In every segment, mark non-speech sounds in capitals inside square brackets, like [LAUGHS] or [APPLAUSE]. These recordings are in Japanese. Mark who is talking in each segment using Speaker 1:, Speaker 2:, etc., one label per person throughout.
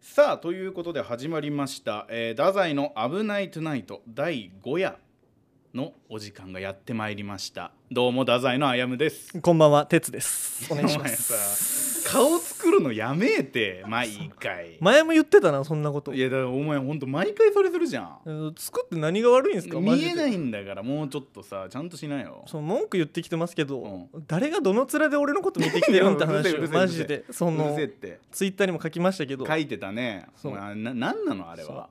Speaker 1: さあということで始まりました「えー、太宰の危ないトゥナイト」第5夜のお時間がやってまいりましたどうも太宰のあやむです
Speaker 2: こんばんは、てつです。お願いしま
Speaker 1: お前
Speaker 2: す。
Speaker 1: さ顔作るのやめえて毎回
Speaker 2: 前も言ってたな、そんなこと
Speaker 1: い。やだからお前ほんと毎回それするじゃん
Speaker 2: うん作って何が悪いんですかマジ
Speaker 1: 見
Speaker 2: で
Speaker 1: えないんだからもうちょっとさちゃんとしなよ
Speaker 2: その文句言ってきてますけど、
Speaker 1: う
Speaker 2: 誰がどの面で俺のこと見てきてるんって
Speaker 1: [LAUGHS] うるせえ
Speaker 2: 話
Speaker 1: うるせえうる
Speaker 2: をマ
Speaker 1: せえ
Speaker 2: ジでそう
Speaker 1: る
Speaker 2: の
Speaker 1: せえって
Speaker 2: ツイッターにも書きましたけど
Speaker 1: 書いてたね
Speaker 2: そ
Speaker 1: お
Speaker 2: う
Speaker 1: 前な何なのあれは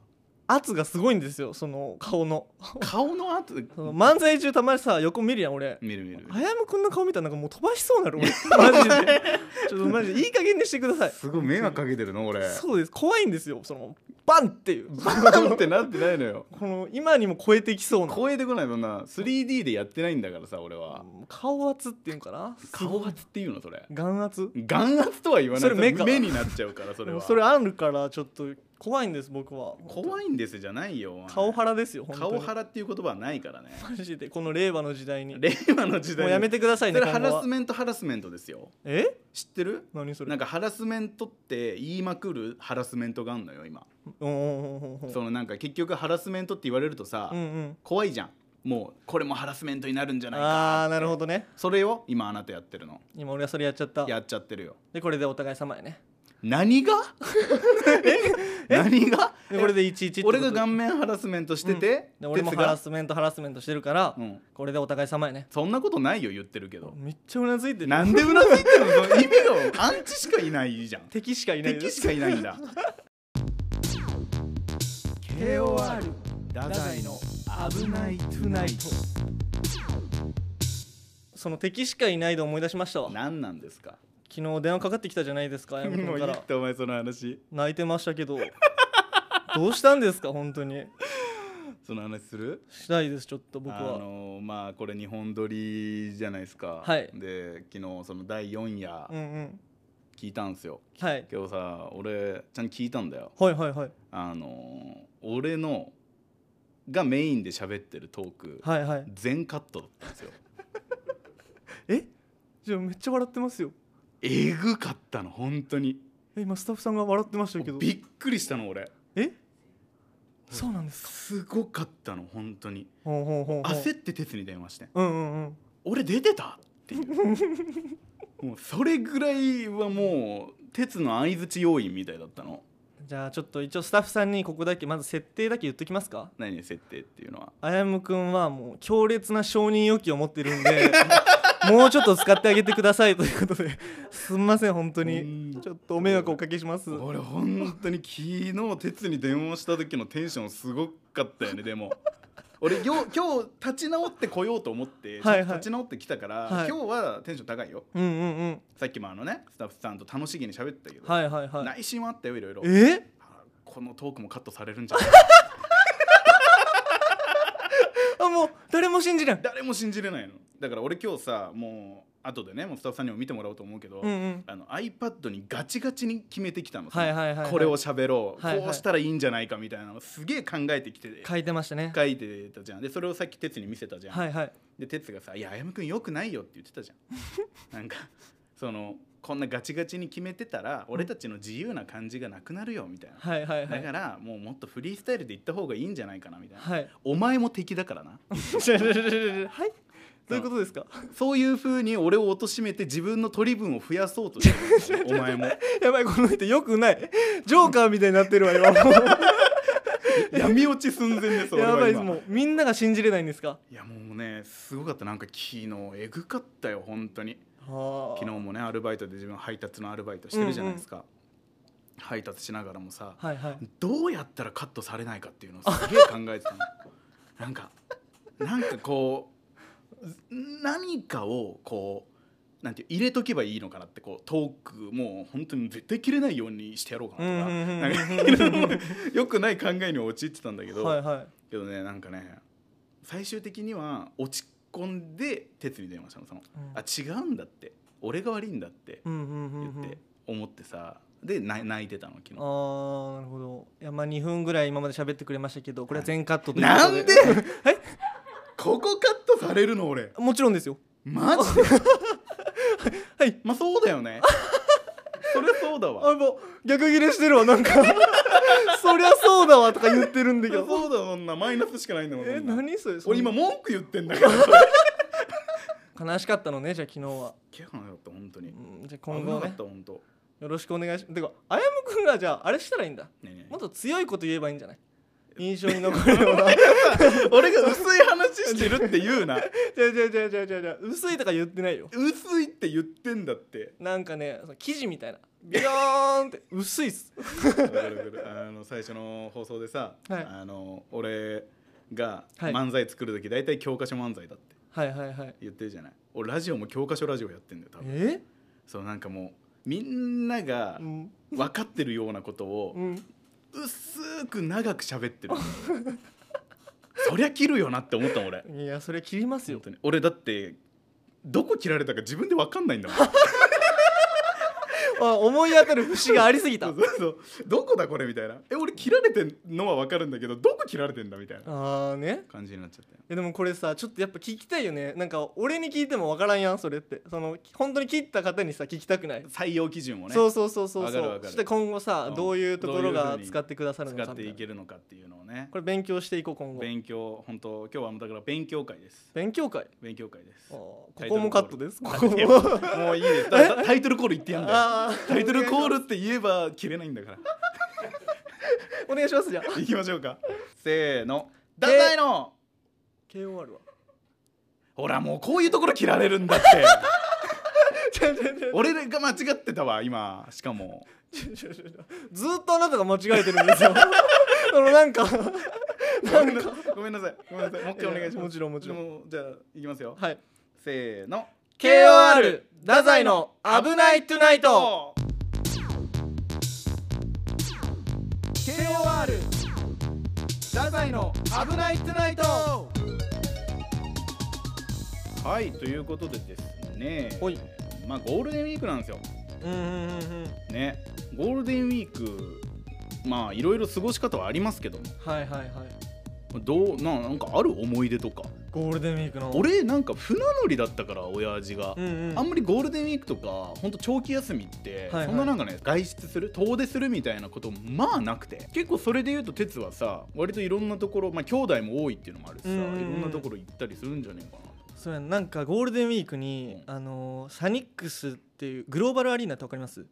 Speaker 2: 圧がすごいんですよその顔の
Speaker 1: 顔の後
Speaker 2: その漫才中たまにさ横見るやん俺
Speaker 1: 見る見る
Speaker 2: あやむくんの顔見たらなんかもう飛ばしそうなる俺マジでちょっとマジでいい加減にしてください
Speaker 1: すごい迷惑かけてるの俺
Speaker 2: そうです怖いんですよそのバンっていう
Speaker 1: バーン [LAUGHS] ってなってないのよ
Speaker 2: この今にも超えてきそうな
Speaker 1: 超えてこないそんな 3D でやってないんだからさ俺は
Speaker 2: 顔圧っていうのかな
Speaker 1: 顔圧っていうのそれ
Speaker 2: 眼圧
Speaker 1: 眼圧とは言わない
Speaker 2: それ目か
Speaker 1: 目になっちゃうからそれ
Speaker 2: でも
Speaker 1: は
Speaker 2: それあるからちょっと怖いんです僕は
Speaker 1: 怖いんですじゃないよお前
Speaker 2: 顔腹ですよ本当に
Speaker 1: 顔腹っていう言葉はないからね
Speaker 2: マジでこの令和の時代に
Speaker 1: 令和の時代
Speaker 2: もうやめ
Speaker 1: て
Speaker 2: てください
Speaker 1: そ
Speaker 2: ね
Speaker 1: れハ
Speaker 2: 今後
Speaker 1: ラ
Speaker 2: は
Speaker 1: スメントハラスメントですよ
Speaker 2: え
Speaker 1: 知ってる
Speaker 2: 何それ
Speaker 1: なんかハラスメントって言いまくるハラスメントがあるのよ今
Speaker 2: うんうんうんうんうん
Speaker 1: そのなんか結局ハラスメントって言われるとさ、
Speaker 2: うんうん
Speaker 1: 怖いじゃんもうこれもハラスメントになるんじゃない
Speaker 2: あ
Speaker 1: か
Speaker 2: あなるほどね
Speaker 1: それを今あなたやってるの
Speaker 2: 今俺はそれやっちゃった
Speaker 1: やっちゃってるよ
Speaker 2: でこれでお互い様やね
Speaker 1: 何
Speaker 2: [LAUGHS]
Speaker 1: が [LAUGHS] 何が
Speaker 2: でこれで11ってこと
Speaker 1: 俺が顔面ハラスメントしてて、
Speaker 2: で俺も
Speaker 1: 哲
Speaker 2: ハ
Speaker 1: が
Speaker 2: ラスメントハラスメントしてるから
Speaker 1: うん
Speaker 2: これでお互い様やね
Speaker 1: そんなことないよ言ってるけど、
Speaker 2: めっちゃうなずいてる
Speaker 1: なんでうなずいてるのその意味がアンチしかいないじゃん
Speaker 2: 敵しかいないで
Speaker 1: 敵
Speaker 2: す
Speaker 1: しかいないんだ
Speaker 2: KOR
Speaker 1: 太宰の危ないトゥナイト
Speaker 2: その敵しかいないで思い出しましたわ
Speaker 1: 何なんですか
Speaker 2: 昨日電話かかってきたじゃないです [LAUGHS] か、あや
Speaker 1: も
Speaker 2: むく
Speaker 1: うんい
Speaker 2: か
Speaker 1: い
Speaker 2: ら
Speaker 1: っ。てお前その話
Speaker 2: 泣いてましたけど、どうしたんですか、本当に。
Speaker 1: その話する
Speaker 2: したいです、ちょっと僕
Speaker 1: あ
Speaker 2: は。
Speaker 1: のーまあこれ日本撮りじゃないですか
Speaker 2: はい
Speaker 1: で昨日その第4夜
Speaker 2: うんうん。
Speaker 1: 聞いたんですよ、
Speaker 2: はい。
Speaker 1: 今日さ俺ちゃんと聞いたんだよ
Speaker 2: はいはいはい。
Speaker 1: あのー俺のがメインで喋ってるトーク
Speaker 2: はいはい。
Speaker 1: 全カットだったんですよ
Speaker 2: えじゃあめっちゃ笑ってますよ。
Speaker 1: えぐかったの本当に
Speaker 2: え、今スタッフさんが笑ってましたけど。
Speaker 1: びっくりしたの俺
Speaker 2: えそうなんですか。
Speaker 1: すごかったの本当に
Speaker 2: ほうほうほうほう。
Speaker 1: 焦って鉄に電話して
Speaker 2: うんうんうん。
Speaker 1: 「俺出てた!」っていう
Speaker 2: [LAUGHS]
Speaker 1: もうそれぐらいはもう鉄の相づち要員みたいだったの
Speaker 2: じゃあちょっと一応スタッフさんにここだけまず設定だけ言っときますか
Speaker 1: 何設定っていうのは
Speaker 2: あやむくんはもう強烈な承認欲求を持ってるんでもうちょっと使ってあげてくださいということですんません本当に
Speaker 1: うん
Speaker 2: ちょっとお迷惑をおかけします
Speaker 1: 俺本当に昨日鉄に電話した時のテンションすごかったよねでも俺よ今日立ち直ってこようと思って、
Speaker 2: はいはい
Speaker 1: 立ち直ってきたから、
Speaker 2: はい
Speaker 1: 今日はテンション高いよ
Speaker 2: うんうんうん
Speaker 1: さっきもあのねスタッフさんと楽しげに喋ったけど、
Speaker 2: はいはいはい
Speaker 1: 内心はあったよいろいろ
Speaker 2: え
Speaker 1: あこのトークもカットされるん
Speaker 2: [LAUGHS]
Speaker 1: じゃない
Speaker 2: あもう誰も信じない
Speaker 1: 誰も信じれないのだから俺今日さもう後でねもうスタッフさんにも見てもらおうと思うけど、
Speaker 2: うんうん
Speaker 1: あの iPad にガチガチに決めてきたの、
Speaker 2: はいはいはいはい
Speaker 1: これを喋ろう、
Speaker 2: はいはい
Speaker 1: こうしたらいいんじゃないかみたいなのをすげえ考えてきてて
Speaker 2: 書いてましたね
Speaker 1: 書いてたじゃんでそれをさっき哲に見せたじゃん、
Speaker 2: はいはい
Speaker 1: で哲がさ「いやあやむくんよくないよ」って言ってたじ
Speaker 2: [LAUGHS]
Speaker 1: ゃんなんかそのこんなガチガチに決めてたら俺たちの自由な感じがなくなるよみたいな、
Speaker 2: はいはいは
Speaker 1: だか
Speaker 2: い
Speaker 1: らもうもっとフリースタイルで行った方がいいんじゃないかなみたいな、
Speaker 2: はい
Speaker 1: お前も敵だ
Speaker 2: [LAUGHS]
Speaker 1: からな
Speaker 2: はいどういうことですか
Speaker 1: そういうふうに俺を貶めて自分の取り分を増やそうとして
Speaker 2: [LAUGHS]
Speaker 1: るお前も
Speaker 2: やばいこの人よくないジョーカーみたいになってるわ今や
Speaker 1: 闇落ち寸前です俺は今
Speaker 2: ばいですもうみんなが信じれないんですか
Speaker 1: いやもうねすごかったなんか昨日えぐかったよ本当に
Speaker 2: はあ
Speaker 1: 昨日もねアルバイトで自分配達のアルバイトしてるじゃないですか、配達しながらもさ
Speaker 2: はいはい
Speaker 1: どうやったらカットされないかっていうのをすげえ考えてたのなんかなんかこう何かをこうなんていう入れとけばいいのかなってこうトークもう本当に絶対切れないようにしてやろうかなとか
Speaker 2: うんうんうんうん
Speaker 1: なんかいろいろよくない考えに陥ってたんだけど、
Speaker 2: はいはい
Speaker 1: けどねなんかね最終的には落ち込んで哲に電話したのその、
Speaker 2: うん
Speaker 1: あ違うんだって俺が悪いんだって
Speaker 2: うんうんうん
Speaker 1: 言
Speaker 2: う
Speaker 1: っ
Speaker 2: ん
Speaker 1: て思ってさで泣泣いてたの昨日
Speaker 2: ああなるほどいやまあ2分ぐらい今まで喋ってくれましたけどこれは全カットというこ
Speaker 1: な
Speaker 2: と
Speaker 1: ん
Speaker 2: で
Speaker 1: でここカットされるの俺
Speaker 2: [LAUGHS] もちろんですよ
Speaker 1: マジで
Speaker 2: はい
Speaker 1: まあそうだよねそそれそうだわ
Speaker 2: あもう逆ギレしてるわなんか [LAUGHS] そりゃそうだわとか言ってるんだ
Speaker 1: そ
Speaker 2: け
Speaker 1: りゃ [LAUGHS]
Speaker 2: ど
Speaker 1: そうだそんなマイナスしかないんだもん
Speaker 2: え
Speaker 1: そんな
Speaker 2: 何それそん
Speaker 1: 俺今
Speaker 2: な
Speaker 1: 文句言ってんだけど
Speaker 2: 悲しかったのねじゃあ昨日は、
Speaker 1: 気配なかった本当に
Speaker 2: うん、じゃあ
Speaker 1: 危
Speaker 2: 今
Speaker 1: な
Speaker 2: 後
Speaker 1: かっ
Speaker 2: ね
Speaker 1: た本当ね
Speaker 2: よろしくお願いしますてかあやむくんがじゃああれしたらいいんだ
Speaker 1: えねえ
Speaker 2: もっと強いこと言えばいいんじゃない印象に残るような [LAUGHS]
Speaker 1: 俺が薄い話してるって言うな
Speaker 2: じゃあじゃあじゃあじゃあじゃあじゃあ薄いとか言ってないよ
Speaker 1: 薄いって言ってんだって
Speaker 2: なんかねその生地みたいなビヨーンって薄いっす
Speaker 1: わかるわかるあの最初の放送でさ、
Speaker 2: はい
Speaker 1: あの俺が
Speaker 2: はい
Speaker 1: 漫才作る時大体教科書漫才だって
Speaker 2: はいはいはい
Speaker 1: 言ってるじゃない俺ラジオも教科書ラジオやってんだよ多分
Speaker 2: え
Speaker 1: そうなんかもうみんなが
Speaker 2: うん
Speaker 1: 分かってるようなことを
Speaker 2: うん
Speaker 1: 薄く長く喋っ
Speaker 2: [LAUGHS]
Speaker 1: てるそりゃ切るよなって思ったもん俺
Speaker 2: いやそれ切りますよ
Speaker 1: 本当に俺だってどこ切られたか自分で分かんないんだもん
Speaker 2: あ思い当たる節がありすぎた
Speaker 1: そうそうそうどこだこれみたいなえ俺切られてんのは分かるんだけどどこ切られてんだみたいな
Speaker 2: あーね
Speaker 1: 感じになっちゃったよ
Speaker 2: えでもこれさちょっとやっぱ聞きたいよねなんか俺に聞いても分からんやんそれってその本当に切った方にさ聞きたくない、
Speaker 1: 採用基準をね
Speaker 2: そうそうそうそう
Speaker 1: わかるわ
Speaker 2: そ
Speaker 1: か
Speaker 2: う
Speaker 1: る
Speaker 2: そして今後さ、
Speaker 1: うん
Speaker 2: どういうところ
Speaker 1: どういう
Speaker 2: が
Speaker 1: ふうに
Speaker 2: 使ってくださるの
Speaker 1: 使
Speaker 2: か
Speaker 1: っていけ
Speaker 2: る
Speaker 1: るのかっていうのをね
Speaker 2: これ勉強していこう今後勉
Speaker 1: 勉強本当今日はもうだから勉強会です
Speaker 2: 強会
Speaker 1: 勉強会です
Speaker 2: あーこ
Speaker 1: タイトルコ
Speaker 2: こ
Speaker 1: ール
Speaker 2: もカットですここ
Speaker 1: いや
Speaker 2: も
Speaker 1: もういいですだからタイトルコール言ってやんだよ
Speaker 2: あー
Speaker 1: タイトルコールって言えば切れないんだ
Speaker 2: [LAUGHS]
Speaker 1: から
Speaker 2: お願いしますじゃあ
Speaker 1: 行きましょうかせーのダサいの
Speaker 2: KOR は
Speaker 1: ほらもうこういうところ切られるんだって
Speaker 2: ちょちょちょちょ
Speaker 1: 俺が間違ってたわ今しかも
Speaker 2: ちょちょずーっとあなたが間違えてるんですよ [LAUGHS] そのなんか
Speaker 1: ごめんなごめんなさいごめんなさいもう一回お願いします
Speaker 2: もちろんもちろん
Speaker 1: もうじゃあ行きますよ
Speaker 2: はい
Speaker 1: せーの
Speaker 2: KOR 太宰の「危ないトゥナイト」
Speaker 1: KOR ダザイの危ないトゥナイトはいということでですね
Speaker 2: ほい
Speaker 1: まあゴールデンウィークなんですよ
Speaker 2: うんうんうんうん
Speaker 1: ねゴールデンウィークまあいろいろ過ごし方はありますけども
Speaker 2: はいはいはい
Speaker 1: どうななんかある思い出とか
Speaker 2: ゴールデンウィークの
Speaker 1: 俺なんか船乗りだったから親父が
Speaker 2: う、んうん
Speaker 1: あんまりゴールデンウィークとかほんと長期休みって、
Speaker 2: はいはい
Speaker 1: そんななんかね外出する遠出するみたいなことまあなくて結構それで言うと哲はさ割といろんなところまあ兄弟も多いっていうのもあるしさ、
Speaker 2: うんうんうん
Speaker 1: いろんなところ行ったりするんじゃねえか
Speaker 2: そうやんなんかゴールデンウィークに、あのーサニックスっていうグローバルアリーナってわかります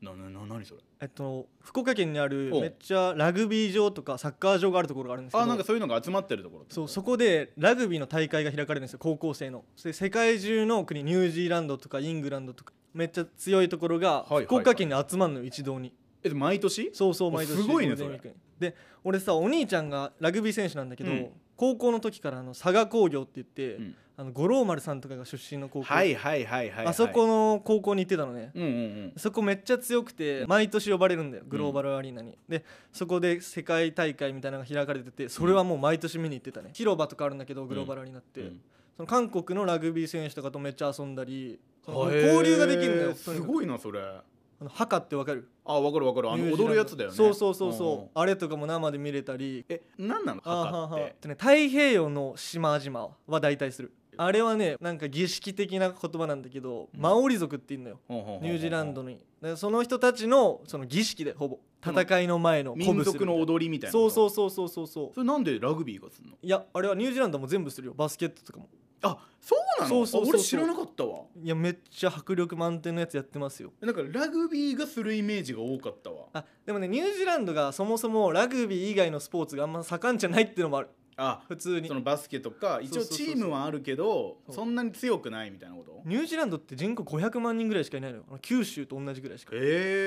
Speaker 1: なななな何それ
Speaker 2: えっと福岡県にある
Speaker 1: おう
Speaker 2: めっちゃラグビー場とかサッカー場があるところがあるんですけど
Speaker 1: あなんかそういうのが集まってるところ
Speaker 2: そうそこでラグビーの大会が開かれるんですよ高校生のそれで世界中の国ニュージーランドとかイングランドとかめっちゃ強いところ
Speaker 1: はい
Speaker 2: が
Speaker 1: はいはい
Speaker 2: 福岡県に集まるのよ一堂に
Speaker 1: えで毎年
Speaker 2: そうそう毎年
Speaker 1: すごいね
Speaker 2: ゴールデンウィークにで俺さお兄ちゃんがラグビー選手なんだけど、
Speaker 1: うん
Speaker 2: 高校の時からあの佐賀工業って言って、
Speaker 1: うん
Speaker 2: あの五郎丸さんとかが出身の高校、
Speaker 1: はいはいはいはい、はい、
Speaker 2: あそこの高校に行ってたのね、
Speaker 1: うんうんうん
Speaker 2: そこめっちゃ強くて毎年呼ばれるんだよグローバルアリーナに、でそこで世界大会みたいなのが開かれててそれはもう毎年見に行ってたね広場とかあるんだけどグローバルアリーナって、
Speaker 1: うん
Speaker 2: その韓国のラグビー選手とかとめっちゃ遊んだりその
Speaker 1: へー
Speaker 2: 交流ができるんだよとに
Speaker 1: す
Speaker 2: かく
Speaker 1: ごいなそれ
Speaker 2: あのハカってわかる
Speaker 1: あわかるわかるあ
Speaker 2: ニュ
Speaker 1: の
Speaker 2: ージー
Speaker 1: 踊
Speaker 2: ランド
Speaker 1: るやつだよね
Speaker 2: そうそうそうそう、
Speaker 1: んん
Speaker 2: あれとかも生で見れたり
Speaker 1: えなんなの
Speaker 2: あ
Speaker 1: 墓って
Speaker 2: とね、太平洋の島々は代替するあれはねなんか儀式的な言葉なんだけど、
Speaker 1: うん
Speaker 2: マオリ族って言うのよ
Speaker 1: ニュ
Speaker 2: ニュージーランドにでその人たちのその儀式でほぼ戦いの前の
Speaker 1: 民族の
Speaker 2: み
Speaker 1: 踊りみた
Speaker 2: た
Speaker 1: い
Speaker 2: い
Speaker 1: な
Speaker 2: そうそううそうそうそうそう
Speaker 1: それなんでラグビーがすんの
Speaker 2: いやあれはニュージーランドも全部するよバスケットとかも
Speaker 1: あそうなの
Speaker 2: そうそうそうそう
Speaker 1: あ俺知らなかったわ
Speaker 2: いやめっちゃ迫力満点のやつやってますよ
Speaker 1: なんかラグビーがするイメージが多かったわ
Speaker 2: あでもねニュージーランドがそもそもラグビー以外のスポーツがあんま盛んじゃないっていうのもある
Speaker 1: あ
Speaker 2: 普通に
Speaker 1: そのバスケとか一応
Speaker 2: そうそう
Speaker 1: チ
Speaker 2: そうそう
Speaker 1: ームはあるけど
Speaker 2: そう
Speaker 1: そんなに強くないみたいなこと
Speaker 2: ニュージーランドって人口500万人ぐらいしかいないのよあの九州と同じぐらいしか
Speaker 1: へ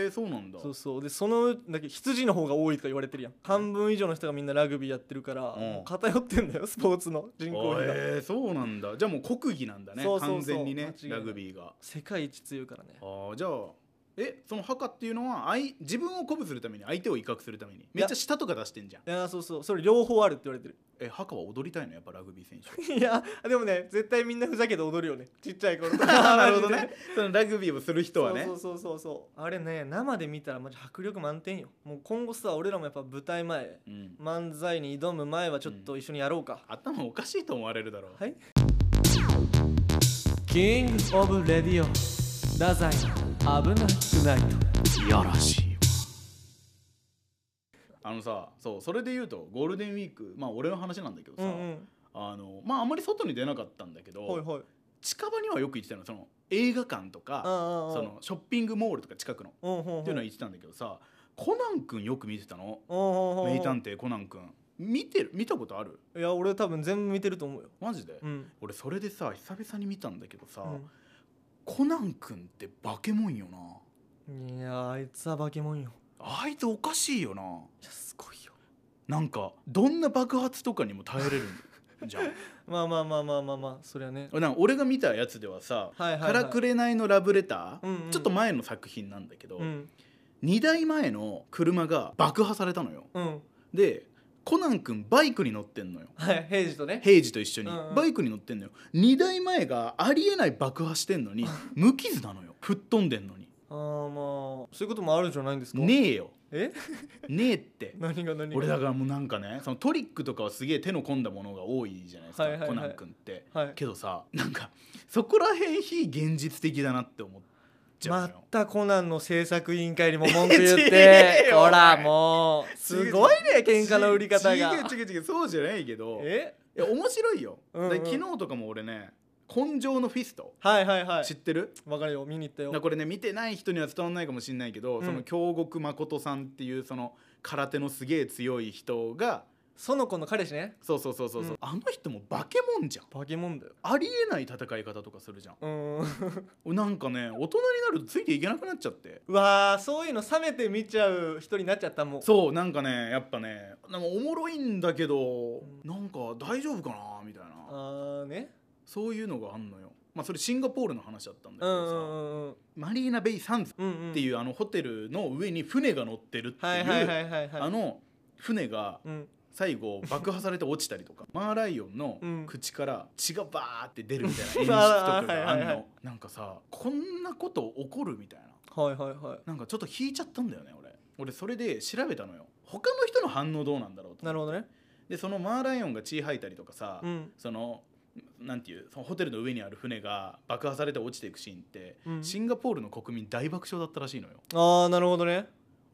Speaker 1: えそうなんだ
Speaker 2: そうそうでそのだけ羊の方が多いとか言われてるやん半分以上の人がみんなラグビーやってるから、
Speaker 1: うん
Speaker 2: もう偏ってんだよスポーツの人
Speaker 1: あ
Speaker 2: 口比が
Speaker 1: へえそうなんだじゃあもう国技なんだね
Speaker 2: そうそうそう
Speaker 1: 完全に
Speaker 2: 間
Speaker 1: ね
Speaker 2: 違いない
Speaker 1: ラグビーが
Speaker 2: 世界一強いからね
Speaker 1: あーじゃあえその墓っていうのは相自分を鼓舞するために相手を威嚇するためにめっちゃ舌とか出してんじゃん
Speaker 2: いやそうそうそれ両方あるって言われてる [LAUGHS]
Speaker 1: え墓は踊りたいのやっぱラグビー選手
Speaker 2: いやでもね絶対みんなふざけて踊るよねちっちゃい頃
Speaker 1: [LAUGHS] [LAUGHS] なるほどねそのラグビーをする人はね
Speaker 2: そうそうそうそうそうあれね生で見たらマジ迫力満点よもう今後さ俺らもやっぱ舞台前
Speaker 1: うん
Speaker 2: 漫才に挑む前はちょっと一緒にやろうか、
Speaker 1: 頭おかしいと思われるだろう
Speaker 2: はいキングオブレディオ太宰の危なくない
Speaker 1: いやらしいあのさそうそれで言うとゴールデンウィークまあ俺の話なんだけど
Speaker 2: と
Speaker 1: さ、
Speaker 2: うんうん
Speaker 1: あのまああんまり外に出なかったんだけど、
Speaker 2: はいはい
Speaker 1: 近場にはよく行ってたのその映画館とかそのショッピングモールとか近くのっ
Speaker 2: うんうんうん
Speaker 1: ていうのは行ってたんだけどさコナン君よく見てたの
Speaker 2: うんうんうん
Speaker 1: 名探偵コナン君見てる見たことある
Speaker 2: いや俺多分全部見てると思うよ
Speaker 1: マジで、
Speaker 2: うん
Speaker 1: 俺それでさ久々に見たんだけどさ、
Speaker 2: う
Speaker 1: コナン君ってバケモンよなん
Speaker 2: いやーあいつは化け物よ
Speaker 1: あいつおかしいよない
Speaker 2: やすごいよ
Speaker 1: なんかどんな爆発とかにも耐えれる
Speaker 2: [LAUGHS]
Speaker 1: んじゃん
Speaker 2: まあまあまあまあまあまあそりゃね
Speaker 1: なんか俺が見たやつではさ「
Speaker 2: はいはいは
Speaker 1: か
Speaker 2: い
Speaker 1: らくれないのラブレター」
Speaker 2: うんうん
Speaker 1: ちょっと前の作品なんだけど、
Speaker 2: うん
Speaker 1: 2台前の車が爆破されたのよ
Speaker 2: うん
Speaker 1: でコナン君バイクに乗ってんのよ
Speaker 2: はい平時とね
Speaker 1: 平次と一緒に、
Speaker 2: うんうん
Speaker 1: バイクに乗ってんのよ2台前がありえない爆破してんの
Speaker 2: [LAUGHS]
Speaker 1: に無傷なのよ吹っ飛んでんのに
Speaker 2: ああまあそういうこともあるんじゃないんですか
Speaker 1: ねえよ
Speaker 2: え
Speaker 1: ねえ
Speaker 2: [LAUGHS]
Speaker 1: って
Speaker 2: 何が何が
Speaker 1: 俺だからもうなんかねそのトリックとかはすげえ手の込んだものが多いじゃないですか、
Speaker 2: はいはいはい
Speaker 1: コナン君って
Speaker 2: はい
Speaker 1: けどさなんかそこら辺非現実的だなって思っちゃうの
Speaker 2: ま
Speaker 1: よ、
Speaker 2: たコナンの制作委員会にも文句言っ
Speaker 1: 違え
Speaker 2: [LAUGHS] て
Speaker 1: よ
Speaker 2: ほら
Speaker 1: おい
Speaker 2: もうすごいね喧嘩の売り方が
Speaker 1: 違う違う違うそうじゃないけど
Speaker 2: え
Speaker 1: いや面白いよ、
Speaker 2: うんうん
Speaker 1: で昨日とかも俺ね「根性のフィスト
Speaker 2: はいはいは」
Speaker 1: 知っ
Speaker 2: い
Speaker 1: てる
Speaker 2: わかるよ見に行った
Speaker 1: だから
Speaker 2: よ
Speaker 1: これね見てない人には伝わらないかもしれないけど、
Speaker 2: うん
Speaker 1: その京極誠さんっていうその空手のすげえ強い人が
Speaker 2: 園子の彼氏ね
Speaker 1: そうそうそうそうそう、
Speaker 2: うん
Speaker 1: あの人も化け物じゃん
Speaker 2: 化け物だよ
Speaker 1: ありえない戦い方とかするじゃん
Speaker 2: う [LAUGHS] ーん
Speaker 1: なんかね大人になるとついていけなくなっちゃって
Speaker 2: うわーそういうの冷めて見ちゃう人になっちゃったもう
Speaker 1: そうなんかねやっぱねなんかおもろいんだけど、なんか大丈夫かなみたいな
Speaker 2: あーね
Speaker 1: そういうのがあんのよまあそれシンガポールの話だったんだけ
Speaker 2: うん
Speaker 1: ど
Speaker 2: う
Speaker 1: さ、
Speaker 2: んうんうん
Speaker 1: マリーナ・ベイ・サンズ
Speaker 2: うんうん
Speaker 1: っていうあのホテルの上に船が乗ってるって
Speaker 2: はいいはいは
Speaker 1: う
Speaker 2: いはいはい
Speaker 1: あの船が
Speaker 2: うん
Speaker 1: 最後爆破されて落ちたりと
Speaker 2: [LAUGHS]
Speaker 1: かマーライオンの
Speaker 2: うん
Speaker 1: 口から血がバーって出るみたいな演出とかがあ
Speaker 2: [LAUGHS] はい
Speaker 1: ん
Speaker 2: はいはい
Speaker 1: のなんかさこんなこと起こるみたいな
Speaker 2: はいはいはい
Speaker 1: なんかちょっと引いちゃったんだよね俺俺それで調べたのよ他の人の反応どうなんだろうと
Speaker 2: なるほどね
Speaker 1: でそのマーライオンが血吐いたりとかさ、
Speaker 2: うん
Speaker 1: そのなんていうそのホテルの上にある船が爆破されて落ちていくシーンって、
Speaker 2: うん
Speaker 1: シンガポールの国民大爆笑だったらしいのよ
Speaker 2: ああなるほどね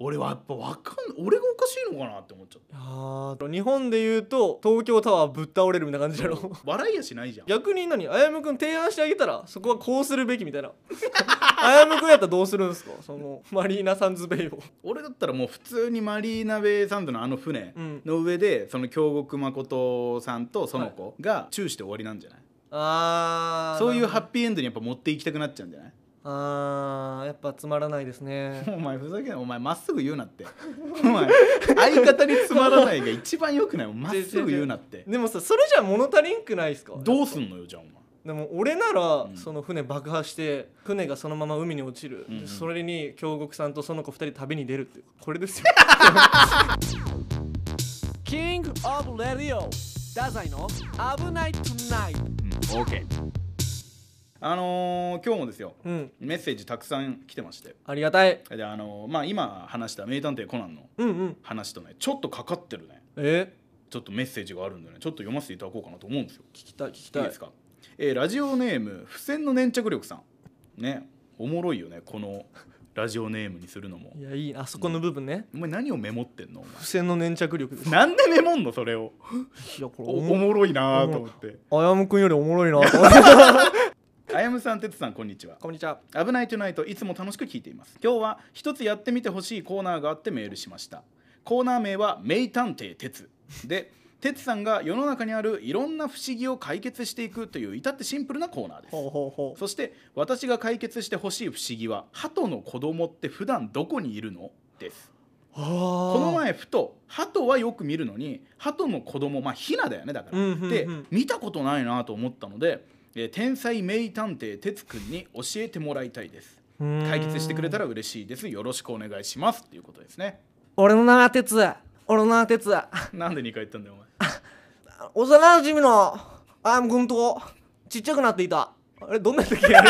Speaker 1: 俺はやっぱわかん俺がおかしいのかなって思っちゃっ
Speaker 2: いやー日本で言うと東京タワーぶっ倒れるみたいな感じだろ
Speaker 1: た笑いやしないじゃん
Speaker 2: 逆に何あやむくん提案してあげたらそこはこうするべきみたいな [LAUGHS] あやむくんやったらどうするんですかそのマリーナ・サンズベイを
Speaker 1: 俺だったらもう普通にマリーナ・ベイ・サンドのあの船
Speaker 2: うん
Speaker 1: の上でその京極誠さんとその子がチューして終わりなんじゃない、
Speaker 2: あー
Speaker 1: そういうハッ
Speaker 2: なる
Speaker 1: ピーエンドにやっぱ持っていきたくなっちゃうんじゃない
Speaker 2: ほどあーやっぱつまらないですね
Speaker 1: お前ふざけんなお前まっすぐ言うなってお前相方につまらないが一番よくないまっすぐ言うなって
Speaker 2: でもさそれじゃ物足りんくないですか
Speaker 1: どうすんのよじゃあお前
Speaker 2: でも俺なら、
Speaker 1: ん
Speaker 2: その船爆破して船がそのまま海に落ちる、
Speaker 1: うんうん
Speaker 2: でそれに京極さんとその子2人旅に出るっていうこれですよキングオブレディオ太宰の危ないトゥナイト
Speaker 1: うん、OK あのー今日もですよ
Speaker 2: うん
Speaker 1: メッセージたくさん来てまして
Speaker 2: ありがたい
Speaker 1: であのーまあ今話した「名探偵コナン」の
Speaker 2: うんうん
Speaker 1: 話とねちょっとかかってるね
Speaker 2: え
Speaker 1: ちょっとメッセージがあるんでねちょっと読ませていただこうかなと思うんですよ
Speaker 2: 聞きたい聞き
Speaker 1: い
Speaker 2: た
Speaker 1: い
Speaker 2: い
Speaker 1: ですか、えーラジオネーム付箋の粘着力さんねおもろいよねこのラジオネームにするのも
Speaker 2: いやいいあそこの部分ね、
Speaker 1: お前何をメモってんのお前
Speaker 2: 付箋の粘着力です
Speaker 1: なんでメモんのそれを
Speaker 2: いやこれ
Speaker 1: お
Speaker 2: [LAUGHS] お
Speaker 1: お
Speaker 2: も
Speaker 1: もろいなーと思って
Speaker 2: あやむくんよりおもろいなと思って
Speaker 1: あやむさんてつさんこんにちは
Speaker 2: [LAUGHS] こんにちは
Speaker 1: 危ないトゥナイトいつも楽しく聞いています今日は一つやってみてほしいコーナーがあってメールしましたコーナー名は名探偵鉄で鉄さんが世の中にあるいろんな不思議を解決していくという至ってシンプルなコーナーです
Speaker 2: ほうほうほう
Speaker 1: そして私が解決してほしい不思議は鳩の子供って普段どこにいるのです
Speaker 2: あ
Speaker 1: この
Speaker 2: の
Speaker 1: 前ふと鳩はよく見るのに鳩の子供まあヒナだよねだから、
Speaker 2: うんうんうん
Speaker 1: で見たことないなと思ったので、えー天才名探偵哲くんに教えてもらいたいです解決してくれたら嬉しいですよろしくお願いしますっていうことですね
Speaker 2: 俺の名は哲俺の名は哲
Speaker 1: なんで2回言ったんだよ
Speaker 2: 幼馴染のあーむくんとちっちゃくなっていたあれどんな [LAUGHS] 時あれ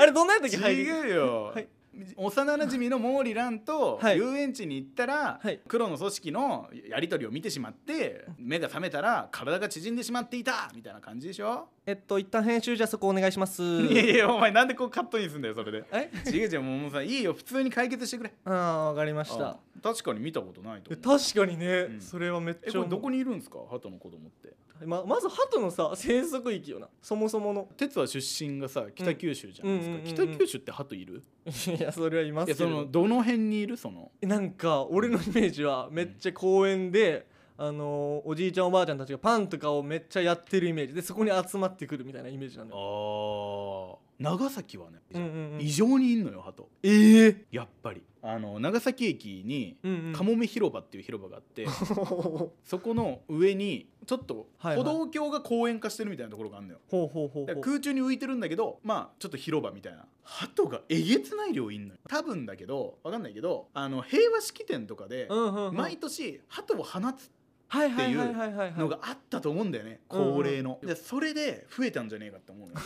Speaker 2: あれどんな
Speaker 1: お
Speaker 2: 時
Speaker 1: 前
Speaker 2: 入
Speaker 1: 違
Speaker 2: る
Speaker 1: うよ、
Speaker 2: はい
Speaker 1: 幼なじみの毛利蘭と
Speaker 2: はい
Speaker 1: 遊園地に行ったら、
Speaker 2: はい
Speaker 1: 黒の組織のやり取りを見てしまって目が覚めたら体が縮んでしまっていたみたいな感じでしょ
Speaker 2: えっと一旦編集じゃあそこお願いします
Speaker 1: いやいやお前なんでこうカットインすんだよそ
Speaker 2: [LAUGHS]
Speaker 1: れで
Speaker 2: え
Speaker 1: 違う違うもうもうさいいよ普通に解決してくれ
Speaker 2: ああわかりました
Speaker 1: うん確かに見たことないと
Speaker 2: え
Speaker 1: 思う
Speaker 2: 確かにね、
Speaker 1: ん
Speaker 2: それはめっち
Speaker 1: え
Speaker 2: ゃ
Speaker 1: こ
Speaker 2: 思
Speaker 1: れ
Speaker 2: う
Speaker 1: どこにいるんですか鳩の子供って
Speaker 2: ままず鳩のさ生息域よなそもそもの
Speaker 1: 哲は出身がさ北九州じゃないですか、
Speaker 2: うんうんうんうん
Speaker 1: 北九州って鳩 [LAUGHS] いる
Speaker 2: いやそれはいます
Speaker 1: い
Speaker 2: け
Speaker 1: やそ
Speaker 2: ど
Speaker 1: のどの辺にいるその
Speaker 2: なんか俺のイメージはめっちゃ公園で、あのーおじいちゃんおばあちゃんたちがパンとかをめっちゃやってるイメージでそこに集まってくるみたいなイメージなんだよ、
Speaker 1: あ長崎はね、
Speaker 2: うんうんうん、
Speaker 1: 異常にいんのよ鳩
Speaker 2: ええ
Speaker 1: やっぱりあの長崎駅に
Speaker 2: うんうん
Speaker 1: かもめ広場っていう広場があって、
Speaker 2: [LAUGHS] ほ
Speaker 1: そこの上にちょっと
Speaker 2: はいは
Speaker 1: 歩道
Speaker 2: い
Speaker 1: 橋が公園化してるみたいなところがあるのよ、
Speaker 2: うほうほう
Speaker 1: だか
Speaker 2: ほ
Speaker 1: ら
Speaker 2: う
Speaker 1: 空中に浮いてるんだけどまあちょっと広場みたいな鳩がえげつない量いんのよ多分だけどわかんないけどあの平和式典とかで
Speaker 2: うんうんうん
Speaker 1: 毎年鳩を放つ
Speaker 2: はいはい
Speaker 1: いう
Speaker 2: はいはいはい
Speaker 1: の
Speaker 2: は
Speaker 1: が
Speaker 2: い
Speaker 1: あったと思うんだよね
Speaker 2: うんうん
Speaker 1: 恒例の、でそれで増えたんじゃねえかって思うのよ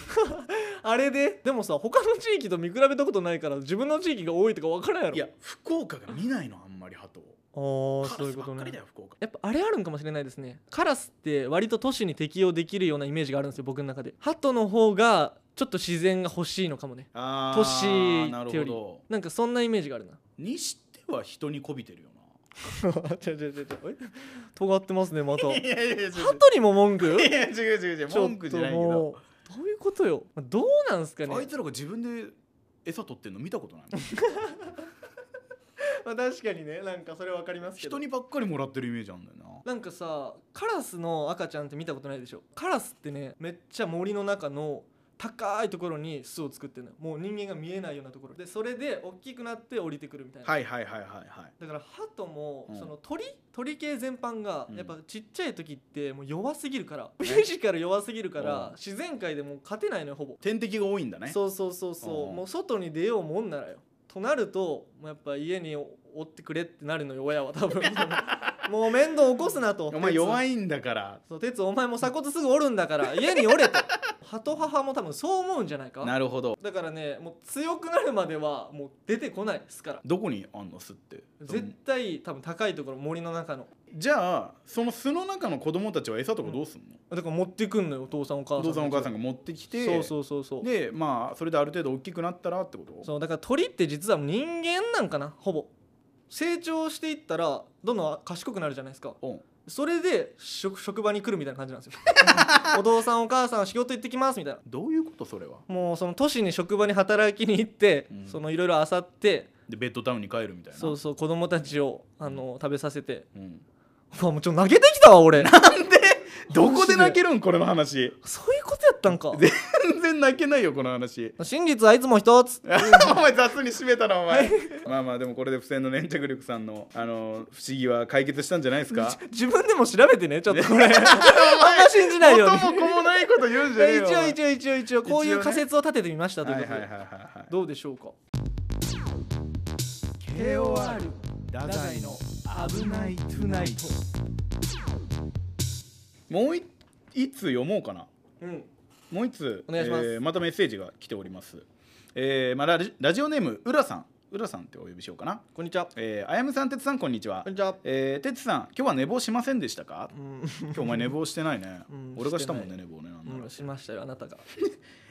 Speaker 2: あれででもさ他の地域と見比べたことないから自分の地域が多いとか分からんやろ
Speaker 1: いや福岡が見ないのあんまり鳩を
Speaker 2: あー
Speaker 1: カ
Speaker 2: そう
Speaker 1: ラ
Speaker 2: いう
Speaker 1: ス
Speaker 2: こ
Speaker 1: ば
Speaker 2: と
Speaker 1: っか
Speaker 2: ね
Speaker 1: りだよ福岡
Speaker 2: やっぱあれあるんかもしれないですねカラスって割と都市に適応できるようなイメージがあるんですよ僕の中でハトの方がちょっと自然が欲しいのかもね
Speaker 1: あ
Speaker 2: 都市
Speaker 1: ー
Speaker 2: っ
Speaker 1: な
Speaker 2: てよ
Speaker 1: る
Speaker 2: り
Speaker 1: ほ
Speaker 2: なんかそんなイメージがあるな
Speaker 1: どにしては人にこびてるよ
Speaker 2: [LAUGHS] ちょちょちょちょえ尖ってますねまた
Speaker 1: な
Speaker 2: ハ
Speaker 1: いやいやいや違う
Speaker 2: トにも文 [LAUGHS] 句
Speaker 1: いや違う違う違う
Speaker 2: ちょっ
Speaker 1: 文句
Speaker 2: と
Speaker 1: じゃないけ
Speaker 2: も
Speaker 1: ど
Speaker 2: うどういうことよまあどうなんすかね
Speaker 1: あいつらが自分で餌取ってんの見たことない
Speaker 2: [LAUGHS] まあ確かにねなんかそれ分かります
Speaker 1: 人にばっかりもらってるイメージあるんだよな
Speaker 2: なんかさカラスの赤ちゃんって見たことないでしょカラスってねめっちゃ森の中の高いところに巣を作ってるのよもう人間が見えないようなところでそれで大きくなって降りてくるみたいな、
Speaker 1: はいはいはいはいはい
Speaker 2: だからハトも、
Speaker 1: うん
Speaker 2: その鳥鳥系全般が
Speaker 1: うん
Speaker 2: やっぱちっちゃい時ってもう弱すぎるから、
Speaker 1: ね
Speaker 2: フィジカル弱すぎるか
Speaker 1: う
Speaker 2: ら
Speaker 1: ん
Speaker 2: 自然界でもう勝てないのよほぼ、
Speaker 1: 天敵が多いんだね
Speaker 2: そうそうそうそう、
Speaker 1: うん
Speaker 2: もう外に出ようもんならよとなるともうやっぱ家にお追ってくれってなるのよ親は
Speaker 1: [LAUGHS]
Speaker 2: 多分もう面倒起こすなと
Speaker 1: お前弱
Speaker 2: い
Speaker 1: いんだから
Speaker 2: そう鉄お前も鎖骨すぐ折るん
Speaker 1: [LAUGHS]
Speaker 2: だから家に折れと鳩母も多分そう思うんじゃないか
Speaker 1: なるほど
Speaker 2: だからねもう強くなるまではもう出てこないですから
Speaker 1: どこにあんの巣って
Speaker 2: 絶対多分高いところ森の中の
Speaker 1: じゃあその巣の中の子供たちは餌とかどうすんの、
Speaker 2: だから持ってくんのよお父さんお母さ
Speaker 1: お
Speaker 2: ん
Speaker 1: 父さんお母さん
Speaker 2: が
Speaker 1: が持ってきて
Speaker 2: そうそうそうそう
Speaker 1: でまあそれである程度大きくなったらってこと
Speaker 2: そうだから鳥って実は人間なんかなほぼ成長していったらどんどん賢くなるじゃないですか
Speaker 1: うん
Speaker 2: それで職職場に来るみたいな感じな
Speaker 1: [LAUGHS]
Speaker 2: んですよお父さんお母さん仕事行ってきますみたいな
Speaker 1: どういうことそれは
Speaker 2: もうその都市に職場に働きに行って、
Speaker 1: うん
Speaker 2: そのいろいろ漁って
Speaker 1: でベッドタウンに帰るみたいな
Speaker 2: そうそう子供たちをあの食べさせて
Speaker 1: うん、
Speaker 2: うわもうちょっと投げてきたわ俺
Speaker 1: どこで泣けるんこれの話
Speaker 2: そういうことやったんか
Speaker 1: で全然泣けないよこの [LAUGHS] 話
Speaker 2: 真実はいつも一つ
Speaker 1: お前雑に締めたなお [LAUGHS] 前まあまあでもこれで不戦の粘着力さんのあの不思議は解決したんじゃないですか
Speaker 2: 自分でも調べてねちょっとこれあんま信じないよう
Speaker 1: 元
Speaker 2: に
Speaker 1: も子もないこと言うんじゃねえ
Speaker 2: 一
Speaker 1: よ
Speaker 2: 応一応一応一応こうい
Speaker 1: 一応
Speaker 2: う
Speaker 1: ね
Speaker 2: 仮説を立ててみましたという
Speaker 1: はい
Speaker 2: こ
Speaker 1: はいは
Speaker 2: と
Speaker 1: い
Speaker 2: で
Speaker 1: はいはい
Speaker 2: どうでしょうか
Speaker 1: KOR 太宰の危ないトゥナイトもうい一通読もうかな
Speaker 2: うん
Speaker 1: もう一つ
Speaker 2: お願いします
Speaker 1: えーまたメッセージが来ております、えーまあ、ラジラジオネーム浦さん浦さんってお呼びしようかな、
Speaker 2: こんにちは
Speaker 1: えーあやむさんてつさんこんにちは
Speaker 2: こんにちは
Speaker 1: えーてつさん今日は寝坊しませんでしたか
Speaker 2: うん [LAUGHS]
Speaker 1: 今日お前寝坊してないね、
Speaker 2: うん
Speaker 1: 俺がしたもん
Speaker 2: して
Speaker 1: ね寝坊ねなんなら
Speaker 2: うんしましたよあなたが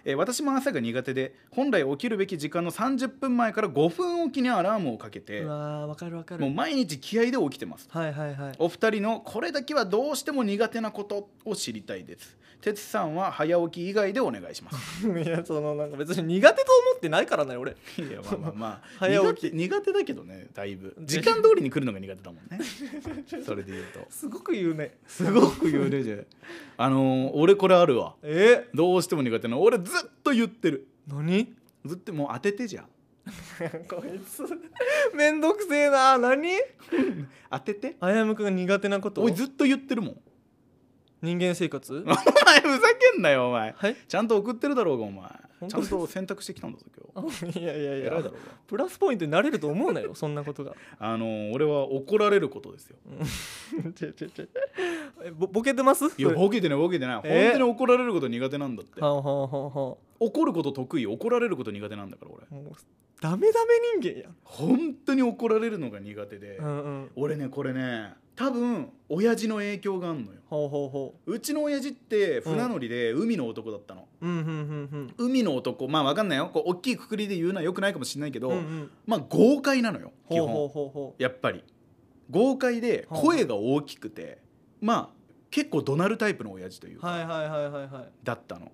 Speaker 1: えー私も朝が苦手で本来起きるべき時間の30分前から5分おきにアラームをかけて
Speaker 2: うわーわかるわか
Speaker 1: もう
Speaker 2: る
Speaker 1: 毎日気合で起きてます
Speaker 2: はいはいはい
Speaker 1: お二人のこれだけはどうしても苦手なことを知りたいです哲さんは早起き以外でお願いします
Speaker 2: [LAUGHS] いやそのなんか別に苦手と思ってないからね俺
Speaker 1: いやまあまあまあ
Speaker 2: [LAUGHS] 早起
Speaker 1: き苦手苦手だけどねだい
Speaker 2: [LAUGHS]
Speaker 1: ぶ時間通りに来るのが苦手だもんねそれで言うと
Speaker 2: [LAUGHS] すごく言うね
Speaker 1: すごく言うねじゃああのー俺これあるわ
Speaker 2: え
Speaker 1: どうしても苦手な俺ずっと言ってる
Speaker 2: 何
Speaker 1: ずっともう当ててじゃん
Speaker 2: [LAUGHS] こいつめんどくせえな何
Speaker 1: 当てて
Speaker 2: あやむくんが苦手なこと
Speaker 1: 俺ずっと言ってるもん [LAUGHS]
Speaker 2: 人間生活
Speaker 1: お前ふざけんなよお前
Speaker 2: はい
Speaker 1: ちゃんと送ってるだろうがお前
Speaker 2: 本
Speaker 1: ち
Speaker 2: 当
Speaker 1: ゃ
Speaker 2: で
Speaker 1: ん
Speaker 2: す
Speaker 1: と選択してきたんだぞ今
Speaker 2: あいやいや
Speaker 1: 日偉い
Speaker 2: いや
Speaker 1: だろうが
Speaker 2: プラスポイントになれると思うな [LAUGHS] よそんなことが
Speaker 1: あのー俺は怒られることですよ
Speaker 2: ちょちょちょえぼボケてます
Speaker 1: いや
Speaker 2: それ
Speaker 1: ボケてないボケてない、
Speaker 2: え
Speaker 1: 本当に怒られること苦手なんだって
Speaker 2: はんはんはんはん
Speaker 1: 怒ること得意怒られること苦手なんだから俺
Speaker 2: もうダメダメ人間やん
Speaker 1: 本当に怒られるのが苦手で、
Speaker 2: うんうん
Speaker 1: 俺ねこれね多分親父の影響があんのよ
Speaker 2: ほうほうほ
Speaker 1: うちの親父って船乗りで海の男だったの、
Speaker 2: ううんうんうん
Speaker 1: 海の男まあ分かんないよこう大きいくくりで言うのはよくないかもしれないけど、
Speaker 2: うんうんうん
Speaker 1: まあ豪快なのよ基
Speaker 2: ほう
Speaker 1: 本
Speaker 2: ほうほうほ
Speaker 1: やっぱり豪快で
Speaker 2: はあ
Speaker 1: 声が大きくてまあ結構怒鳴るタイプの親父という
Speaker 2: う
Speaker 1: か、
Speaker 2: はいはいはいはいはい
Speaker 1: だったの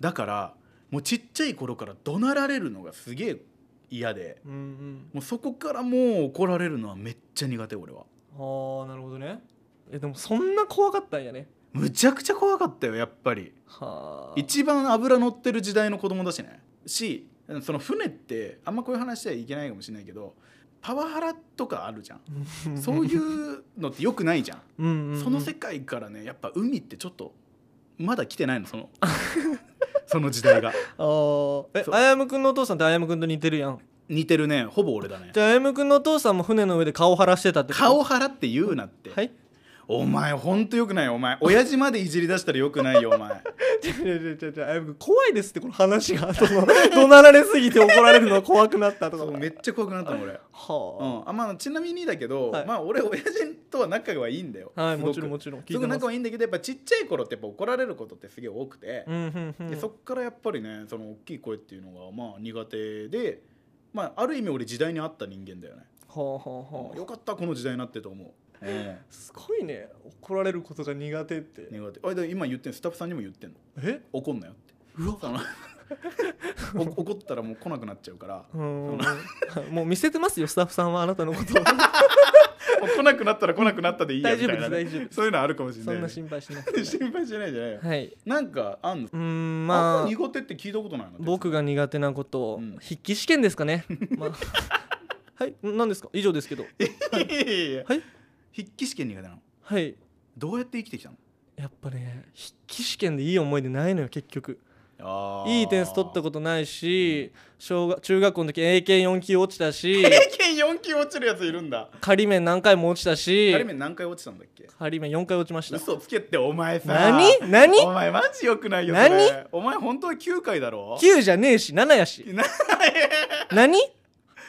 Speaker 1: だからもうちっちゃい頃から怒鳴られるのがすげえ嫌で
Speaker 2: うんうん
Speaker 1: もうそこからもう怒られるのはめっちゃ苦手俺は
Speaker 2: ああなるほどねえでもそんな怖かったんやね
Speaker 1: むちゃくちゃ怖かったよやっぱり
Speaker 2: はあ
Speaker 1: 一番油乗ってる時代の子供だしねしその船ってあんまこういう話しちゃいけないかもしれないけどパワハラとかあるじゃんそういううのってよくないじゃん
Speaker 2: んうんうん
Speaker 1: その世界からねやっぱ海ってちょっとまだ来てないのそ [LAUGHS] のその時代が
Speaker 2: あーえ
Speaker 1: そう
Speaker 2: あやむくんのお父さんってあやむくんと似てるやん
Speaker 1: 似てるねほぼ俺だね
Speaker 2: じゃああやむくんのお父さんも船の上で顔腫らしてたってこと
Speaker 1: 顔払って言うなって、
Speaker 2: はい
Speaker 1: お前ほんとよくないよお前親父までいじり出したらよくないよお前 [LAUGHS]
Speaker 2: 違う違う違う違うあやむくん怖いですってこの話がその [LAUGHS] 怒鳴られすぎて怒られるのが怖くなったとか
Speaker 1: そうめっちゃ怖くなったの俺う
Speaker 2: は
Speaker 1: ん、あまあちなみにだけど、
Speaker 2: はい
Speaker 1: まあ俺親父とは仲がいいんだよ、
Speaker 2: あはい
Speaker 1: すごく
Speaker 2: もちろんもちろん聞
Speaker 1: す
Speaker 2: い
Speaker 1: ご
Speaker 2: て
Speaker 1: く
Speaker 2: ま
Speaker 1: 仲
Speaker 2: す
Speaker 1: はいいんだけどやっぱちっちゃい頃ってやっぱ怒られることってすげえ多くて
Speaker 2: う、んうんうん
Speaker 1: でそっからやっぱりねその大きい声っていうのがまあ苦手で、まあ、ある意味俺時代に合った人間だよね、
Speaker 2: ほうほうほ
Speaker 1: うん
Speaker 2: う
Speaker 1: よかったこの時代になってと思う、うん
Speaker 2: すごいね怒られることが苦手って
Speaker 1: 苦手あで今言ってんのスタッフさんにも言ってんの
Speaker 2: え
Speaker 1: 怒んなよって
Speaker 2: うわ
Speaker 1: その [LAUGHS] お怒ったらもう来なくなっちゃうから [LAUGHS]
Speaker 2: うん [LAUGHS] もう見せてますよスタッフさんはあなたのことを
Speaker 1: もう来なくなったら来なくなったでいいや
Speaker 2: 大
Speaker 1: み
Speaker 2: 丈
Speaker 1: た
Speaker 2: 夫
Speaker 1: いなね、
Speaker 2: です大丈夫です
Speaker 1: そういうのあるかもしれ
Speaker 2: そ
Speaker 1: ない
Speaker 2: ん
Speaker 1: ね、
Speaker 2: な心配しなくて
Speaker 1: [LAUGHS] 心配しないじゃないよ
Speaker 2: はいう
Speaker 1: なんかあんの
Speaker 2: ー
Speaker 1: あ
Speaker 2: ん
Speaker 1: ん
Speaker 2: ま
Speaker 1: ま
Speaker 2: あ
Speaker 1: 苦手って聞いたことないの
Speaker 2: 僕が苦手なこと、
Speaker 1: うん
Speaker 2: 筆記試験ですか
Speaker 1: [LAUGHS]
Speaker 2: ね、まあ、はい何ですか以上ですけど
Speaker 1: いやいやいや
Speaker 2: はい
Speaker 1: 筆記試験苦手なの
Speaker 2: はい
Speaker 1: どうやって生きてきたの
Speaker 2: やっぱね筆記試験でいい思い出ないのよ結局
Speaker 1: あー
Speaker 2: いい点数取ったことないし小学中学校の時英検4級落ち
Speaker 1: [LAUGHS]
Speaker 2: たし
Speaker 1: 経験4級落ちるやついるんだ
Speaker 2: 仮面何回も落ちたし
Speaker 1: 仮面何回落ちたんだっけ
Speaker 2: 仮面4回落ちました
Speaker 1: 嘘つけってお前さ
Speaker 2: 何何
Speaker 1: お前マジ良くないよそれ
Speaker 2: 何
Speaker 1: お前本当は9回だろ
Speaker 2: ?9 じゃねえし7やし
Speaker 1: [LAUGHS] な
Speaker 2: 何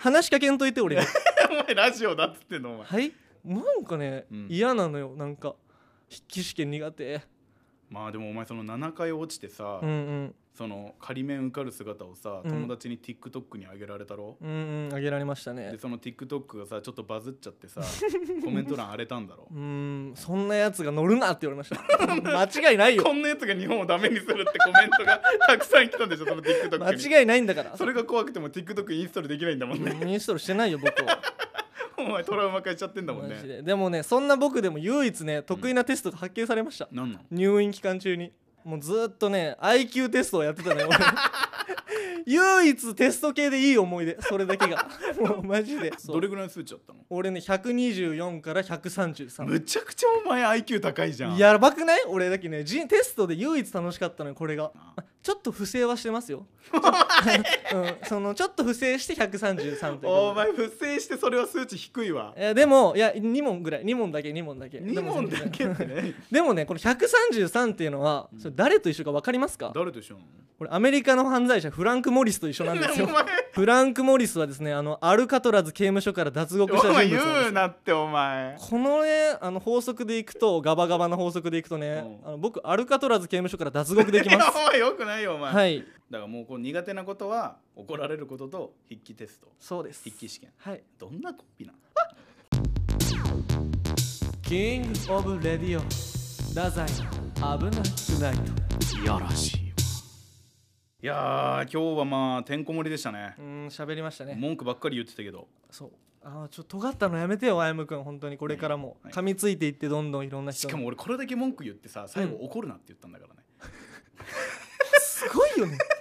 Speaker 2: 話しかけんといて俺に
Speaker 1: お前ラジオだっつってんのお前
Speaker 2: はいなんかね、
Speaker 1: うん
Speaker 2: 嫌なのよなんか筆記試験苦手
Speaker 1: まあでもお前その7回落ちてさ、
Speaker 2: うんうん
Speaker 1: その仮面受かる姿をさ
Speaker 2: うん
Speaker 1: 友達に TikTok にあげられたろ、
Speaker 2: うんうんあげられましたね
Speaker 1: でその TikTok がさちょっとバズっちゃ
Speaker 2: [LAUGHS]
Speaker 1: ってさコメント欄荒れたんだろ
Speaker 2: うーんそんなやつが乗るなって言われまし
Speaker 1: [LAUGHS]
Speaker 2: た間違いないよ
Speaker 1: こんなやつが日本をダメにするってコメントがたくさん来たんでしょその TikTok に
Speaker 2: 間違いないんだから
Speaker 1: それが怖くても TikTok インストールできないんだも
Speaker 2: [LAUGHS]
Speaker 1: んね
Speaker 2: インストールしてないよ僕は
Speaker 1: お前トラウマ化しちゃってん [LAUGHS] だもん
Speaker 2: マジ
Speaker 1: ね
Speaker 2: ででもねそんな僕でも唯一ね得意なテストが発見されました、
Speaker 1: なんなの
Speaker 2: 入院期間中にもうずーっとね IQ テストをやってたね俺唯一テスト系でいい思い出それだけ
Speaker 1: [LAUGHS]
Speaker 2: がもうマジでそう
Speaker 1: どれぐらいの数値だったの
Speaker 2: 俺ね124から133
Speaker 1: むちゃくちゃお前 IQ 高いじゃん
Speaker 2: やばくない俺だけねじテストで唯一楽しかったのよこれが
Speaker 1: あ
Speaker 2: あちょっと不正はしてま
Speaker 1: [LAUGHS]
Speaker 2: すよ、ちょ [LAUGHS] うん、そのちょっと不正して133という
Speaker 1: お
Speaker 2: ことで
Speaker 1: 前不正してそれは数値低いわ
Speaker 2: えでもいや2問ぐらい2問だけ2問だけ
Speaker 1: 2問だけってね
Speaker 2: でもねこの133っていうのはそれ誰と一緒か分かります
Speaker 1: [LAUGHS]
Speaker 2: か
Speaker 1: 誰と一緒なの
Speaker 2: これアメリカの犯罪者フランク・モリスと一緒なんですよ
Speaker 1: [LAUGHS] お前
Speaker 2: フランク・モリスはですねあのアルカトラズ刑務所から脱獄し
Speaker 1: お
Speaker 2: た人物な
Speaker 1: 前
Speaker 2: んで
Speaker 1: 言
Speaker 2: すよ
Speaker 1: うなってお前
Speaker 2: このねあの法則でいくとガバガバの法則でいくとね、
Speaker 1: うん
Speaker 2: あの僕アルカトラズ刑務所から脱獄でき
Speaker 1: [LAUGHS] い
Speaker 2: ま
Speaker 1: や
Speaker 2: す
Speaker 1: お前よくないよお前、
Speaker 2: はい
Speaker 1: だからもうこう苦手なことは怒られることと筆記テス
Speaker 2: [LAUGHS]
Speaker 1: ト
Speaker 2: そうです
Speaker 1: 筆記試験
Speaker 2: はい
Speaker 1: どんなコピーなの
Speaker 2: キング・オブ・レディオ太宰危なくない
Speaker 1: いやらしいいやー今日はまあてんこ盛りでしたね
Speaker 2: うーん喋りましたね
Speaker 1: 文句ばっかり言ってたけど
Speaker 2: そうあーちょっと尖ったのやめてよあやむくん本当にこれからも、
Speaker 1: はい
Speaker 2: 噛みついていってどんどんいろんな人
Speaker 1: し
Speaker 2: に
Speaker 1: かも俺これだけ文句言ってさ最後怒るなって言ったんだからね、
Speaker 2: すごいよね [LAUGHS]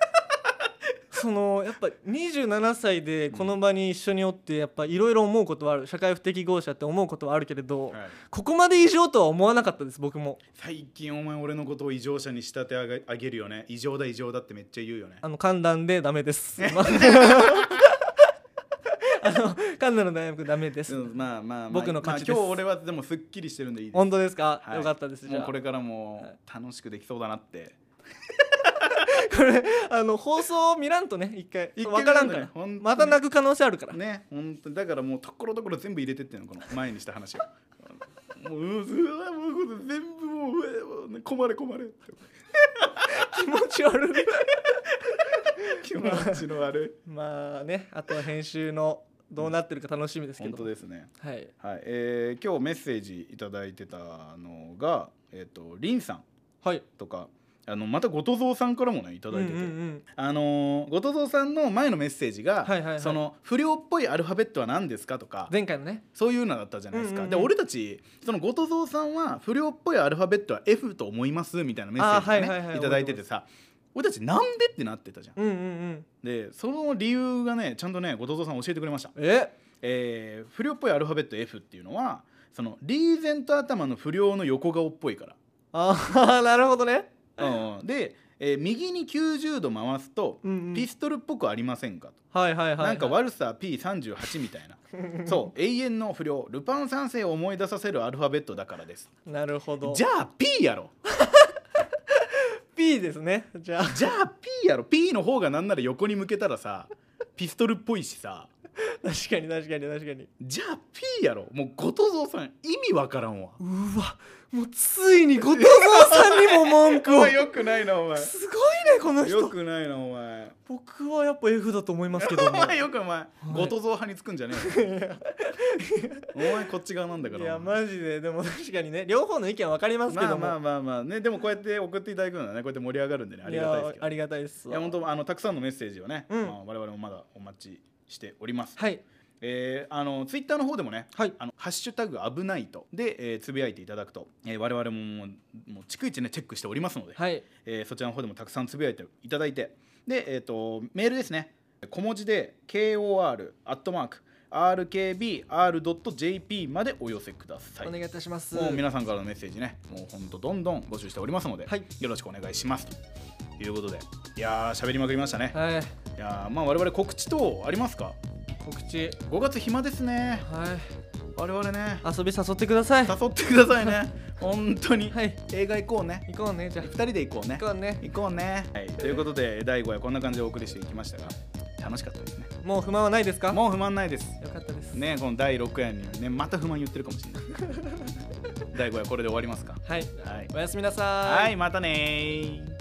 Speaker 2: そのやっぱ27歳でこの場に一緒におってやっぱいろいろ思うことはある社会不適合者って思うことはあるけれど、
Speaker 1: はい
Speaker 2: ここまで異常とは思わなかったです僕も
Speaker 1: 最近お前俺のことを異常者に仕立て上げあげるよね異常だ異常だってめっちゃ言うよね
Speaker 2: あの寒暖でダメですまあ [LAUGHS] あの寒暖の大学ダメです、
Speaker 1: うんまあまあ、まあ、
Speaker 2: 僕の勝ちです
Speaker 1: まあ今日俺はでもすっきりしてるんでいいです
Speaker 2: 本当ですか、
Speaker 1: はい
Speaker 2: よかったですじ
Speaker 1: も
Speaker 2: ゃ
Speaker 1: う
Speaker 2: あ
Speaker 1: これからも
Speaker 2: はい
Speaker 1: 楽しくできそうだなって、
Speaker 2: これあの放送を見らんとね一回
Speaker 1: 一回
Speaker 2: 分からんか
Speaker 1: 見らん
Speaker 2: ら
Speaker 1: とねほんとに
Speaker 2: また泣く可能性あるから、
Speaker 1: ね本当にだからもうところどころ全部入れてってんのこの前にした話をもううんすごいもうこれ全部もううわ困れ困れっ
Speaker 2: [LAUGHS]
Speaker 1: て
Speaker 2: 気持ち悪い
Speaker 1: 気持ちの悪
Speaker 2: まあねあとは編集のどうなってるか楽しみで
Speaker 1: い
Speaker 2: すけ
Speaker 1: 本
Speaker 2: ど
Speaker 1: 当ですね
Speaker 2: はい
Speaker 1: はいえー今日メッセージいただいてたのがえっ、とリンさん
Speaker 2: はい
Speaker 1: とかあのまた後藤蔵さんからもねいただいてて、
Speaker 2: うんうんうん
Speaker 1: あのー後藤蔵さんの前のメッセージが、
Speaker 2: はいはいはい
Speaker 1: その不良っぽいアルファベットは何ですかとか
Speaker 2: 前回のね
Speaker 1: そういうのだったじゃないですか、
Speaker 2: うんうんうん
Speaker 1: で俺たちその後藤蔵さんは不良っぽいアルファベットは F と思いますみたいなメッセージをね、
Speaker 2: あはいはいはい
Speaker 1: いただいててさ俺たちなんでってなってたじゃん
Speaker 2: うんうんうん
Speaker 1: でその理由がねちゃんとね後藤蔵さん教えてくれました、
Speaker 2: え
Speaker 1: えー不良っぽいアルファベット F っていうのはそのリーゼント頭の不良の横顔っぽいから
Speaker 2: ああ [LAUGHS] なるほどね
Speaker 1: うんで、えー右に90度回すと、
Speaker 2: うんうん
Speaker 1: ピストルっぽくありませんかと、
Speaker 2: はいはいはいはい
Speaker 1: なんか悪さ P38 みたいな [LAUGHS] そう永遠の不良ルパン三世を思い出させるアルファベットだからです
Speaker 2: なるほど
Speaker 1: じ
Speaker 2: ゃ
Speaker 1: ゃあ P やろ
Speaker 2: P ですねじゃあ
Speaker 1: じゃあ P やろ P の方がなんなら横に向けたらさピストルっぽいしさ
Speaker 2: 確かに確かに確かに
Speaker 1: じゃあ P やろもう後藤蔵さん意味わからんわ
Speaker 2: うわもうついに後藤蔵さんにも文句を
Speaker 1: [LAUGHS] よくないなお前
Speaker 2: すごいねこの
Speaker 1: よ
Speaker 2: 人
Speaker 1: くないなお前
Speaker 2: 僕はやっぱ F だと思いますけ
Speaker 1: お
Speaker 2: ど
Speaker 1: [LAUGHS]
Speaker 2: も
Speaker 1: 前よくお前後藤蔵派につくんじゃね
Speaker 2: [LAUGHS]
Speaker 1: えよお前こっち側なんだから
Speaker 2: いや
Speaker 1: お前
Speaker 2: マジででも確かにね両方の意見は分かりますけども、
Speaker 1: まあまあまあまあねでもこうやって送っていただくのはねこうやって盛り上がるんでねありがたいですけ
Speaker 2: や
Speaker 1: ど
Speaker 2: ありがたいです
Speaker 1: い
Speaker 2: わ
Speaker 1: や本当あのたくさんのメッセージをね、
Speaker 2: うん
Speaker 1: まあ、我々もまだお待ちしております、
Speaker 2: はい
Speaker 1: えーあのツイッターの方でもね「
Speaker 2: はい
Speaker 1: あのハッシュタグ危ないと」で、えーつぶやいていただくと、えー我々ももうもう逐一ねチェックしておりますので、
Speaker 2: はい
Speaker 1: えーそちらの方でもたくさんつぶやいていただいてで、えー、とメールですね小文字で KOR@rkbr.jp までお寄せください
Speaker 2: お願いいたします
Speaker 1: もう皆さんからのメッセージねもうほんとどんどん募集しておりますので、
Speaker 2: はい
Speaker 1: よろしくお願いしますということでいやー喋りまくりましたね、
Speaker 2: はい
Speaker 1: いやーまあ我々告知等ありますか
Speaker 2: 告知
Speaker 1: 5月暇ですね
Speaker 2: はい
Speaker 1: 我々ね
Speaker 2: 遊び誘ってください
Speaker 1: 誘ってくださいね本当に、
Speaker 2: はい
Speaker 1: 映画行こうね
Speaker 2: 行こうねじゃあ
Speaker 1: 2人で行こうね
Speaker 2: 行こうね
Speaker 1: 行こうね、はい、ということで第5話こんな感じでお送りしていきましたが楽しかったですね
Speaker 2: もう不満はないですか
Speaker 1: もう不満ないです
Speaker 2: よかったです
Speaker 1: ねこの第6話にねまた不満言ってるかもしれない [LAUGHS] 第5話これで終わりますか
Speaker 2: はい、
Speaker 1: はい
Speaker 2: おやすみなさ
Speaker 1: はいまたねー